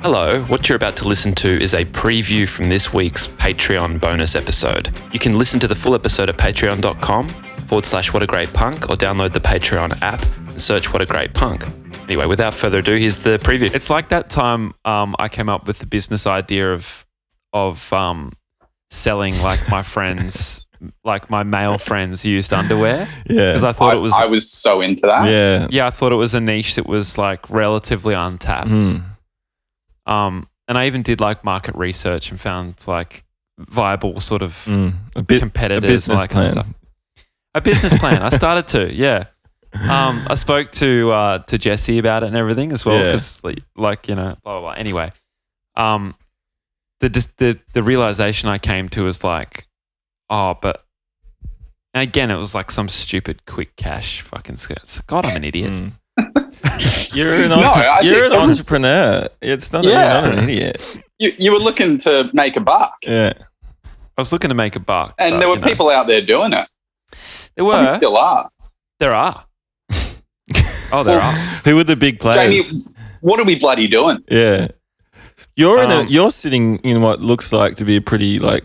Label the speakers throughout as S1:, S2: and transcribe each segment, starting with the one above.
S1: Hello, what you're about to listen to is a preview from this week's Patreon bonus episode. You can listen to the full episode at patreon.com forward slash what a great punk or download the Patreon app and search what a great punk. Anyway, without further ado, here's the preview.
S2: It's like that time um, I came up with the business idea of of um, selling like my friends, like my male friends, used underwear because
S3: Yeah.
S2: I thought
S4: I,
S2: it was.
S4: I was so into that.
S3: Yeah.
S2: yeah, I thought it was a niche that was like relatively untapped.
S3: Mm.
S2: Um, and I even did like market research and found like viable sort of
S3: Mm. A bit.
S2: competitors,
S3: a business
S2: all that kind of
S3: plan.
S2: stuff. A business plan. I started to, yeah. Um, I spoke to uh, to Jesse about it and everything as well,
S3: Yeah.
S2: because like you know, blah blah. blah. Anyway, um, the just the the realization I came to was like, oh, but and again, it was like some stupid quick cash fucking skirts. God, I'm an idiot.
S3: Mm. you're an,
S4: No, I
S3: entre- you're an
S4: think it was-
S3: entrepreneur. It's not.
S4: Yeah.
S3: You're not an idiot.
S4: You, you were looking to make a buck,
S3: Yeah.
S2: I was looking to make a buck,
S4: and
S2: but,
S4: there were
S2: you know,
S4: people out there doing it.
S2: There
S4: Well,
S2: were.
S4: still are.
S2: there are. oh, there are.
S3: Who were the big players?
S4: Jamie, what are we bloody doing?
S3: Yeah. You're in a,
S2: Um,
S3: you're sitting in what looks like to be a pretty like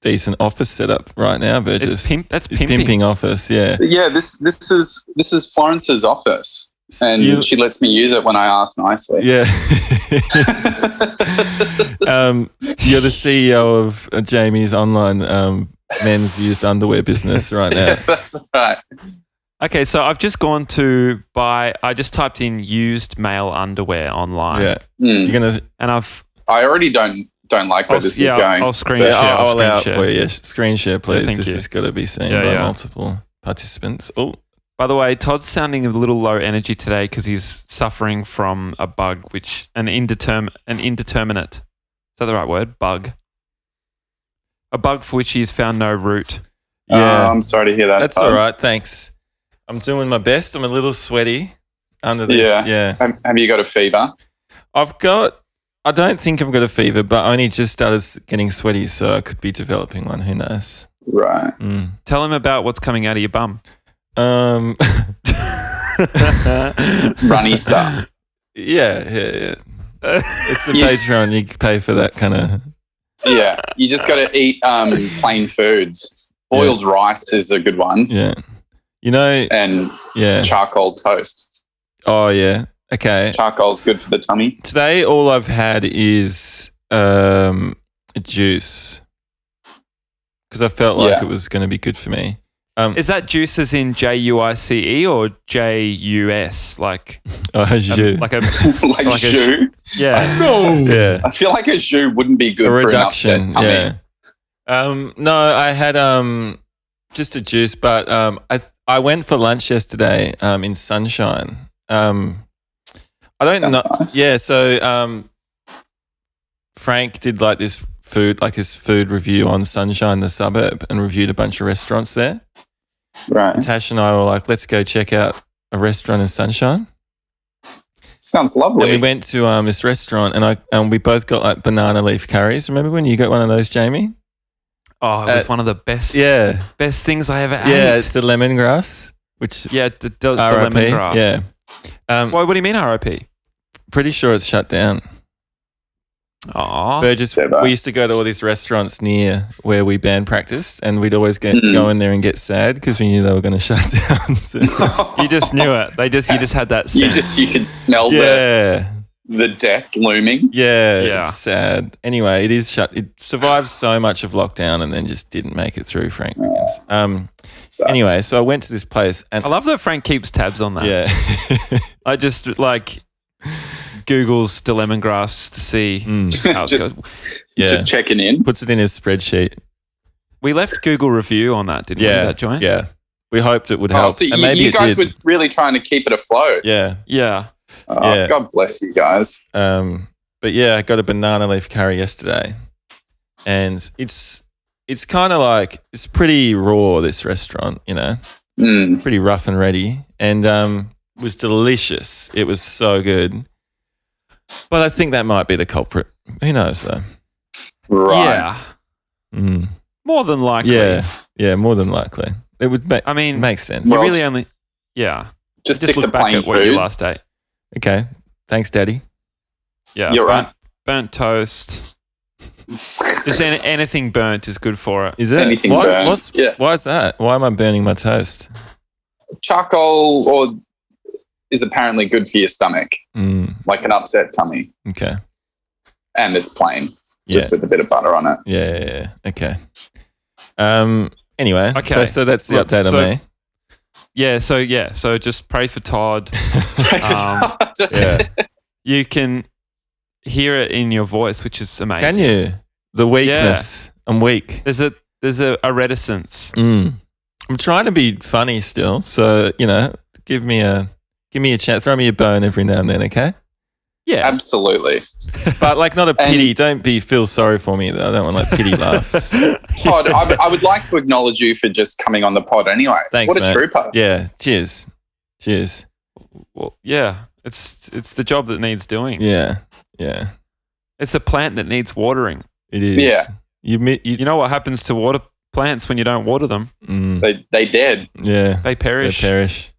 S3: decent office setup right now, Burgess.
S2: It's pimp. That's
S3: It's
S2: pimping.
S3: pimping office, yeah.
S4: Yeah, this this is this is Florence's office, and
S3: You-
S4: she lets me use it when I ask nicely.
S3: yeah. um, you're the CEO of uh, Jamie's online um, men's used underwear business right now.
S4: That's all right.
S2: Okay, so I've just gone to buy. I just typed in used male underwear online,
S3: Yeah.
S4: Mm.
S3: You're gonna
S2: and I've
S4: I already don't don't like where
S2: I'll,
S4: this
S2: yeah,
S4: is going.
S2: I'll screen
S3: yeah,
S2: share. I'll,
S3: I'll, I'll
S2: screen
S3: allow it
S2: share.
S3: for you. Yeah, Screen share, please.
S2: thank
S3: this
S2: you.
S3: has got to be seen
S2: Yeah,
S3: by
S2: yeah.
S3: multiple participants. Oh,
S2: By the way, Todd's sounding a little low energy today because he's suffering from a bug, which an indeterm an indeterminate. Is that the right word? Bug. A bug for which he has found no root.
S3: yeah.
S4: Oh, I'm sorry to hear that.
S3: That's
S4: Todd.
S3: all right. Thanks. I'm doing my best. I'm a little sweaty under this.
S4: Yeah.
S3: yeah.
S4: Have, have you got a fever?
S3: I've got. I don't think I've got a fever, but I only just started s- getting sweaty, so I could be developing one. Who knows?
S4: Right.
S3: Mm.
S2: Tell him about what's coming out of your bum.
S3: Um,
S4: Runny stuff.
S3: yeah, yeah, yeah. It's the
S4: You-
S3: Patreon. You pay for that kind of.
S4: yeah. You just got to eat um, plain foods. Boiled rice is a good one,
S3: Yeah. You know.
S4: and
S3: Yeah.
S4: charcoal toast.
S3: Oh yeah. Okay.
S4: Charcoal's good for the tummy.
S3: Today, all I've had is um, juice because I felt like
S4: Yeah.
S3: it was going to be good for me. Um,
S2: Is that juice as in J U I C E or J U S? Like,
S3: oh,
S2: a-
S3: you.
S2: like a
S4: like,
S2: Like a-
S4: jus.
S2: yeah.
S3: yeah.
S4: I feel like a jus wouldn't be good
S3: a
S4: for an
S3: reduction.
S4: upset tummy.
S3: Yeah. Um, no, I had um, just a juice, but um, I I went for lunch yesterday um, in sunshine. Um, I don't
S4: Sounds
S3: know.
S4: nice.
S3: Yeah, so um, Frank did like this food, like his food review on Sunshine, the suburb, and reviewed a bunch of restaurants there.
S4: Right.
S3: Tash and I were like, let's go check out a restaurant in Sunshine.
S4: Sounds lovely.
S3: And we went to um, this restaurant, and I and we both got like banana leaf curries. Remember when you got one of those, Jamie?
S2: Oh, it was
S3: Uh,
S2: one of the best,
S3: Yeah,
S2: best things I ever
S3: yeah.
S2: ate.
S3: It's a lemongrass, which
S2: Yeah, the, the, the
S3: RIP.
S2: lemongrass.
S3: Yeah, um,
S2: Why, what do you mean RIP?
S3: pretty sure it's shut down.
S2: Oh,
S3: Burgess,
S4: Devo.
S3: we used to go to all these restaurants near where we band practiced, and we'd always get
S4: Mm.
S3: go in there and get sad because we knew they were going to shut down. soon.
S2: you just knew it. They just you just had that
S4: you
S2: sense.
S4: just you could smell
S3: yeah,
S4: the the death looming.
S3: yeah,
S2: Yeah.
S3: It's sad. Anyway, it is shut. It survived so much of lockdown, and then just didn't make it through. Frank. Wiggins. Um.
S4: So-
S3: Anyway, so I went to this place, and
S2: I love that Frank keeps tabs on that.
S3: yeah.
S2: I just like Google's the lemongrass to see
S3: Mm,
S2: how it's
S4: Just-
S2: going.
S3: yeah.
S4: just checking in.
S3: Puts it in his spreadsheet.
S2: We left Google review on that, didn't
S3: Yeah.
S2: we? That joint.
S3: Yeah. We hoped it would
S4: Oh,
S3: help.
S4: so you,
S3: and maybe
S4: you
S3: it
S4: guys
S3: did.
S4: were really trying to keep it afloat.
S3: Yeah.
S2: Yeah.
S4: Oh,
S3: Yeah.
S4: God bless you guys.
S3: Um, but yeah, I got a banana leaf curry yesterday. And it's it's kind of like it's pretty raw this restaurant, you know.
S4: Mm.
S3: Pretty rough and ready and um it was delicious. It was so good. But I think that might be the culprit. Who knows though?
S4: Right.
S2: Yeah.
S3: Mm.
S2: More than likely.
S3: Yeah. Yeah, more than likely. It would ma-
S2: I mean,
S3: make sense.
S2: you
S4: Well,
S2: really only. Yeah.
S4: Just,
S2: Just
S4: stick to
S2: look back
S4: plain
S2: at where you
S4: foods.
S2: last ate.
S3: Okay. Thanks, Daddy.
S2: Yeah.
S4: You're
S2: but
S4: right.
S2: burnt toast. Just an- anything burnt is good for it.
S3: Is it?
S4: Anything
S3: why,
S4: burns.
S3: What's,
S4: Yeah.
S3: why is that? Why am I burning my toast?
S4: Charcoal or is apparently good for your stomach,
S3: Mm,
S4: like an upset tummy,
S3: okay.
S4: and it's plain,
S3: Yeah.
S4: just with a bit of butter on it.
S3: Yeah, yeah, yeah. Okay. Um. Anyway.
S2: Okay.
S3: tha- So that's the
S2: Look,
S3: update
S2: so-
S3: on me.
S2: Yeah. So yeah. So just pray for Todd. Um,
S3: Yeah.
S2: You can hear it in your voice, which is amazing.
S3: Can you? The weakness. I'm weak.
S2: There's a there's a, a reticence.
S3: Mm. I'm trying to be funny still. So you know, give me a give me a chance. Throw me a bone every now and then. Okay.
S2: Yeah.
S4: Absolutely.
S3: But like, not a
S4: And-
S3: pity. Don't be feel sorry for me though. I don't want like pity laughs.
S4: Todd, I, I would like to acknowledge you for just coming on the pod anyway.
S3: Thanks,
S4: what a
S3: mate.
S4: trooper.
S3: Yeah. Cheers. Cheers.
S2: well, yeah. It's it's the job that needs doing.
S3: Yeah. Yeah.
S2: It's a plant that needs watering.
S3: It is.
S4: Yeah.
S3: You. mi- you
S2: You know what happens to water plants when you don't water them?
S3: mm,
S4: They, they did.
S3: yeah.
S2: They
S3: They
S2: perish.
S3: perish.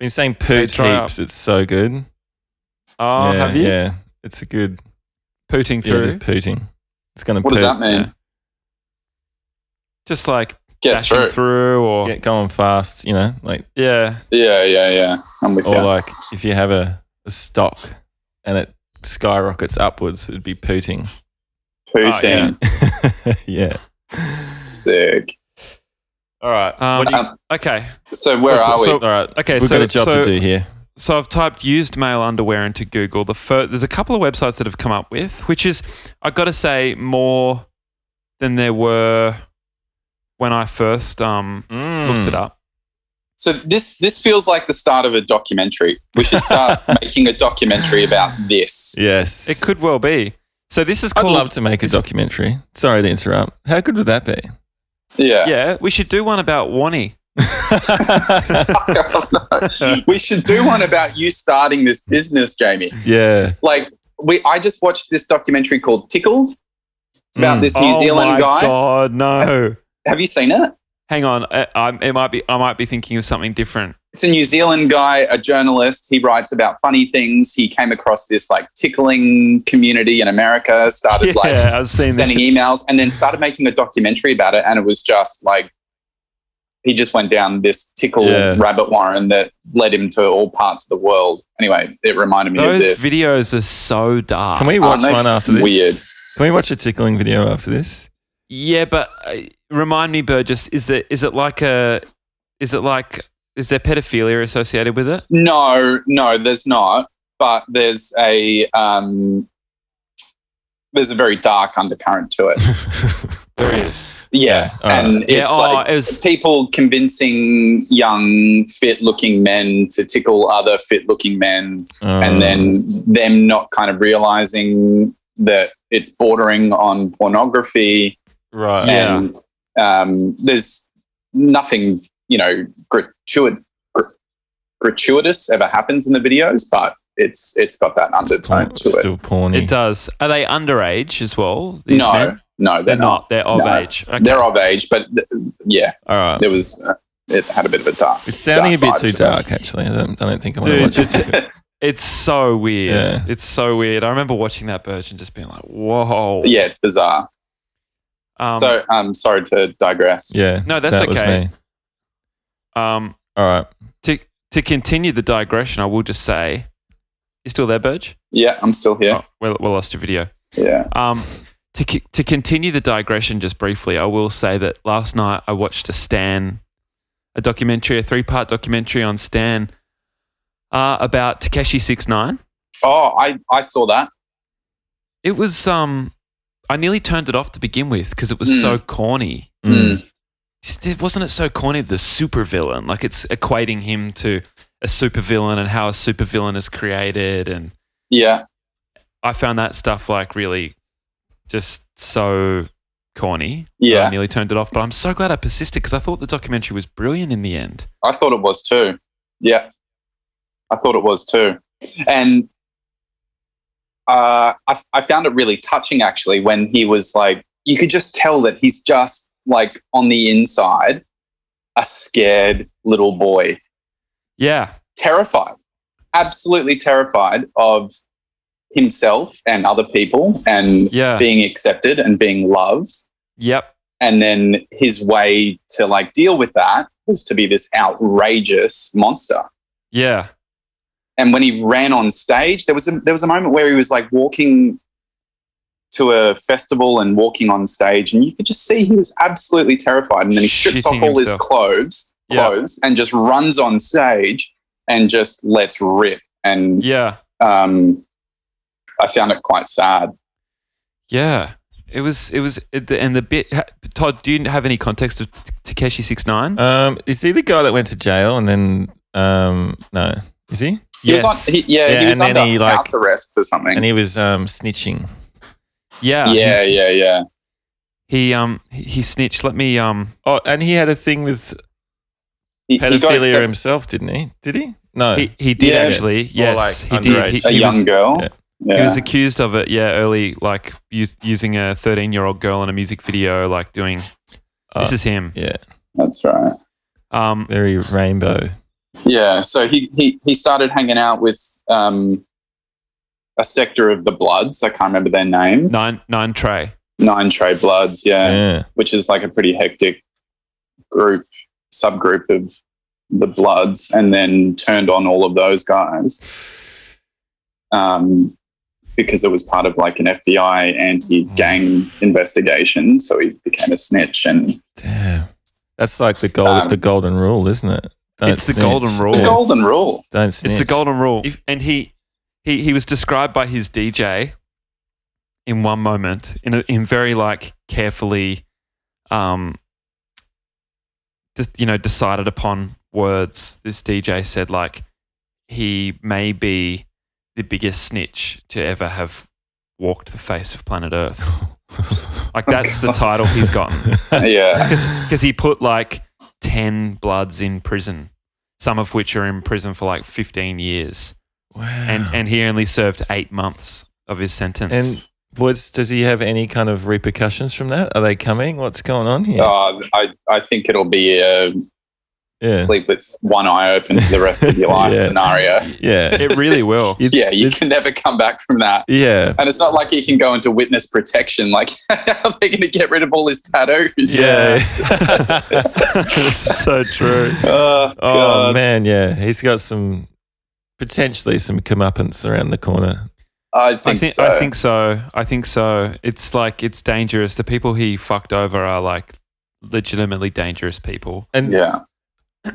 S3: Been saying poots
S2: try out.
S3: heaps. It's so good.
S2: oh,
S3: yeah,
S2: have you?
S3: Yeah. It's a good.
S2: Pooting
S3: Yeah,
S2: through.
S3: just pooting. It's gonna
S4: What
S3: poot.
S4: does that mean?
S2: Yeah. just like
S4: Get
S2: dashing
S4: through.
S2: through, or
S3: Get going fast. You know, like
S2: yeah.
S4: Yeah, yeah, yeah. I'm with
S3: or
S4: you.
S3: like if you have a, a stock and it skyrockets upwards, it'd be pooting.
S4: Poutine.
S3: yeah.
S4: Sick.
S3: All right.
S2: Um,
S3: What do you-
S4: Um,
S2: Okay,
S4: so where are we?
S2: so-
S3: All right.
S2: okay,
S3: We've
S2: so-
S3: got a job
S2: so-
S3: to do here.
S2: so I've typed used male underwear into Google. The fir- there's a couple of websites that have come up with, which is I got to say more than there were when I first um, looked
S4: Hmm.
S2: it up.
S4: so this this feels like the start of a documentary. We should start making a documentary about this.
S3: Yes.
S2: It could well be. So this is
S3: I'd
S2: called.
S3: love to make a documentary. Sorry to interrupt. How good would that be?
S4: Yeah.
S2: yeah, we should do one about Wani.
S4: we should do one about you starting this business, Jamie.
S3: yeah.
S4: Like we I just watched this documentary called Tickled. It's about
S3: Mm.
S4: this New
S2: oh
S4: Zealand
S2: my
S4: guy.
S2: God, no!
S4: Have you seen it?
S2: Hang on, I, I, it might be. I might be thinking of something different.
S4: it's a New Zealand guy, a journalist. He writes about funny things. He came across this like tickling community in America, started like
S2: I've seen
S4: sending
S2: this.
S4: emails, and then started making a documentary about it. And it was just like he just went down this tickle
S3: Yeah.
S4: rabbit warren that led him to all parts of the world. Anyway, it reminded me of
S2: Those
S4: this.
S2: videos are so dark.
S3: Can we watch
S4: Aren't
S3: one
S4: they
S3: after this?
S4: Weird.
S3: Can we watch a tickling video after this?
S2: Yeah, but uh, remind me, Burgess. Is it is it like a is it like is there pedophilia associated with it?
S4: No, no, there's not. But there's a um, there's a very dark undercurrent to it.
S2: There is.
S4: Yeah,
S3: Yeah, alright.
S4: and
S2: Yeah.
S4: it's
S2: oh,
S4: like
S2: it was.
S4: people convincing young, fit looking men to tickle other fit looking men,
S3: Um,
S4: and then them not kind of realizing that it's bordering on pornography.
S3: right.
S2: Yeah.
S4: And um, there's nothing, you know, gratuit- gr- gratuitous ever happens in the videos, but it's it's got that undertone
S3: Porn,
S4: to it.
S3: still porny.
S2: It does. Are they underage as well? these
S4: No,
S2: men?
S4: no, they're,
S2: they're
S4: not.
S2: not. They're of
S4: No.
S2: age. Okay.
S4: They're of age, but th- yeah,
S3: All right.
S4: it was. Uh, it had a bit of a dark.
S3: It's sounding a bit
S4: dark
S3: too
S4: vibe to it.
S3: dark, actually. I don't, I don't think I want
S2: Dude,
S3: to watch
S2: it's-
S3: it.
S2: it's so weird.
S3: Yeah.
S2: It's so weird. I remember watching that Burge and just being like, "Whoa."
S4: yeah, it's bizarre.
S2: Um,
S4: so I'm sorry to digress.
S3: Yeah.
S2: No, that's
S3: that
S2: okay.
S3: Was me.
S2: um,
S3: All right.
S2: to to continue the digression, I will just say, you still there, Burge?
S4: Yeah, I'm still here.
S2: Oh, well, we lost your video.
S4: Yeah.
S2: Um, to, c- to continue the digression just briefly, I will say that last night I watched a Stan, a documentary, a three part documentary on Stan uh, about Takeshi Six Nine.
S4: Oh, I, I saw that.
S2: It was um, I nearly turned it off to begin with because it was
S4: Mm.
S2: so corny.
S3: Mm.
S4: Mm.
S2: Wasn't it so corny? The supervillain, like it's equating him to a supervillain and how a supervillain is created, and
S4: Yeah.
S2: I found that stuff like really just so corny.
S4: Yeah.
S2: I nearly turned it off, but I'm so glad I persisted because I thought the documentary was brilliant in the end.
S4: I thought it was too. Yeah. I thought it was too. And uh, I, I found it really touching actually when he was like, you could just tell that he's just like on the inside, a scared little boy.
S2: Yeah.
S4: terrified, absolutely terrified of himself and other people and
S2: Yeah.
S4: being accepted and being loved.
S2: Yep.
S4: And then his way to like deal with that was to be this outrageous monster.
S2: Yeah.
S4: and when he ran on stage, there was a, there was a moment where he was like walking to a festival and walking on stage, and you could just see he was absolutely terrified. And then he strips
S2: Shitting
S4: off all
S2: himself.
S4: his clothes,
S2: Yeah.
S4: clothes, and just runs on stage and just lets rip. And
S2: Yeah.
S4: um, I found it quite sad.
S2: Yeah. It was. It was. It, and the bit. ha- Todd, do you have any context of T- Takeshi Six
S4: Uh,
S2: Nine?
S3: Um, is he the guy that went to jail and then um, no, is he?
S4: He was on, he, yeah,
S3: Yeah,
S4: he
S3: and
S4: was
S3: then
S4: under
S3: he, like-
S4: house arrest for something.
S3: And he was um, snitching.
S2: Yeah.
S4: yeah, yeah, yeah.
S2: He um he, he snitched. Let me um.
S3: Oh, and he had a thing with
S4: He, he got
S3: pedophilia
S4: accepted-
S3: himself, didn't he? Did he? No.
S2: He, he did
S4: Yeah.
S2: actually. Yes.
S3: Oh. like
S2: he did.
S3: underage.
S2: He,
S4: a
S2: he
S4: young
S2: was,
S4: girl.
S3: yeah.
S4: Yeah.
S2: He was accused of it, yeah, early, like us- using a 13 year old girl in a music video, like doing
S3: Oh.
S2: this is him.
S3: yeah,
S4: That's right.
S2: Um,
S3: very rainbow.
S4: Yeah, so he he he started hanging out with um, a sector of the Bloods. I can't remember their name.
S2: nine, nine tray.
S4: Nine Trey Bloods, yeah,
S3: Yeah.
S4: which is like a pretty hectic group subgroup of the Bloods, and then turned on all of those guys um, because it was part of like an FBI anti-gang investigation. So he became a snitch, and
S3: Damn. That's like the gold,
S4: Um,
S3: the golden rule, isn't it? Don't
S2: It's the
S3: snitch.
S2: golden rule.
S4: the golden rule.
S3: Don't snitch.
S2: It's the golden rule. and he, he, he was described by his DJ in one moment in a, in very like carefully, um, just, you know, decided upon words. This DJ said like he may be the biggest snitch to ever have walked the face of planet Earth. Like that's the title he's gotten
S4: Yeah,
S2: because he put like 10 bloods in prison some of which are in prison for like 15 years
S3: Wow.
S2: and and he only served eight months of his sentence
S3: And what's does he have any kind of repercussions from that? Are they coming? What's going on here?
S4: Uh, I I think it'll be. Uh,
S3: yeah.
S4: sleep with one eye open for the rest of your life
S3: Yeah.
S4: scenario.
S3: Yeah.
S2: it really will
S3: It's-
S4: Yeah, you
S3: it's-
S4: can never come back from that.
S3: Yeah.
S4: And it's not like he can go into witness protection. Like, how are they going to get rid of all his tattoos?
S3: Yeah.
S2: so true
S4: Oh,
S3: oh
S4: God.
S3: man, yeah. He's got some potentially some comeuppance around the corner.
S4: I think,
S2: I think
S4: so.
S2: I think so I think so it's like it's dangerous the people he fucked over are like legitimately dangerous people
S3: And
S4: yeah.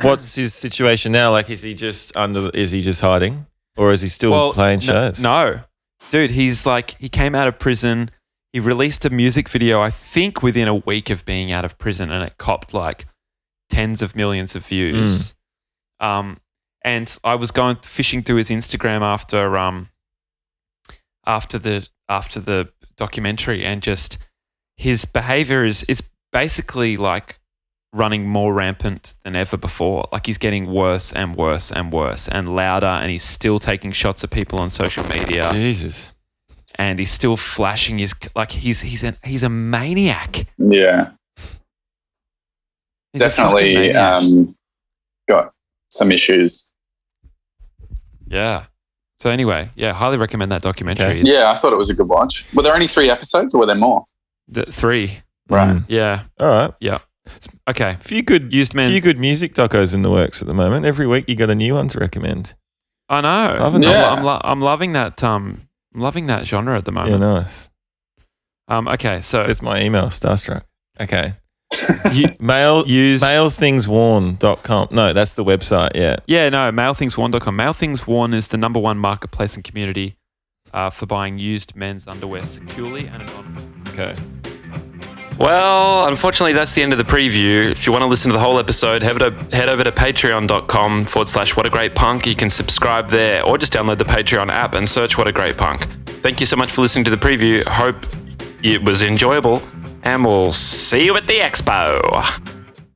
S3: what's his situation now? Like, is he just under? Is he just hiding, or is he still playing
S2: no-
S3: shows?
S2: No, dude, he's like he came out of prison. He released a music video, I think, within a week of being out of prison, and it copped like tens of millions of views.
S3: Mm.
S2: Um, and I was going fishing through his Instagram after um, after the after the documentary, and just his behavior is is basically like running more rampant than ever before. Like he's getting worse and worse and worse and louder, and he's still taking shots at people on social media,
S3: Jesus.
S2: and he's still flashing his like he's he's an, he's a maniac.
S4: Yeah.
S2: He's a fucking
S4: Definitely
S2: maniac.
S4: um, got some issues.
S2: yeah. So anyway, yeah, highly recommend that documentary.
S3: Okay.
S2: It's
S4: yeah, I thought it was a good watch. Were there only three episodes or were there more?
S2: th- three.
S4: Right.
S3: Mm.
S2: Yeah.
S3: All right.
S2: Okay.
S3: Few good.
S2: Used men.
S3: Few good music docos in the works at the moment. Every week you got a new one to recommend.
S2: I know.
S3: Loving
S4: that.
S2: I'm, I'm, lo- I'm loving that. Um, I'm loving that genre at the
S3: Yeah,
S2: moment.
S3: nice.
S2: Um. Okay. So
S3: That's my email. Starstruck. Okay.
S2: you,
S3: Mail.
S2: use.
S3: Mailthingsworn.com. No, that's the website. Yeah.
S2: Yeah, no, mailthingsworn.com. Mailthingsworn is the number one marketplace and community uh, for buying used men's underwear securely and anonymously.
S3: Okay.
S1: Well, unfortunately, that's the end of the preview. If you want to listen to the whole episode, head over to, head over to patreon.com forward slash what a great punk. You can subscribe there or just download the Patreon app and search what a great punk. Thank you so much for listening to the preview. Hope it was enjoyable, and we'll see you at the expo.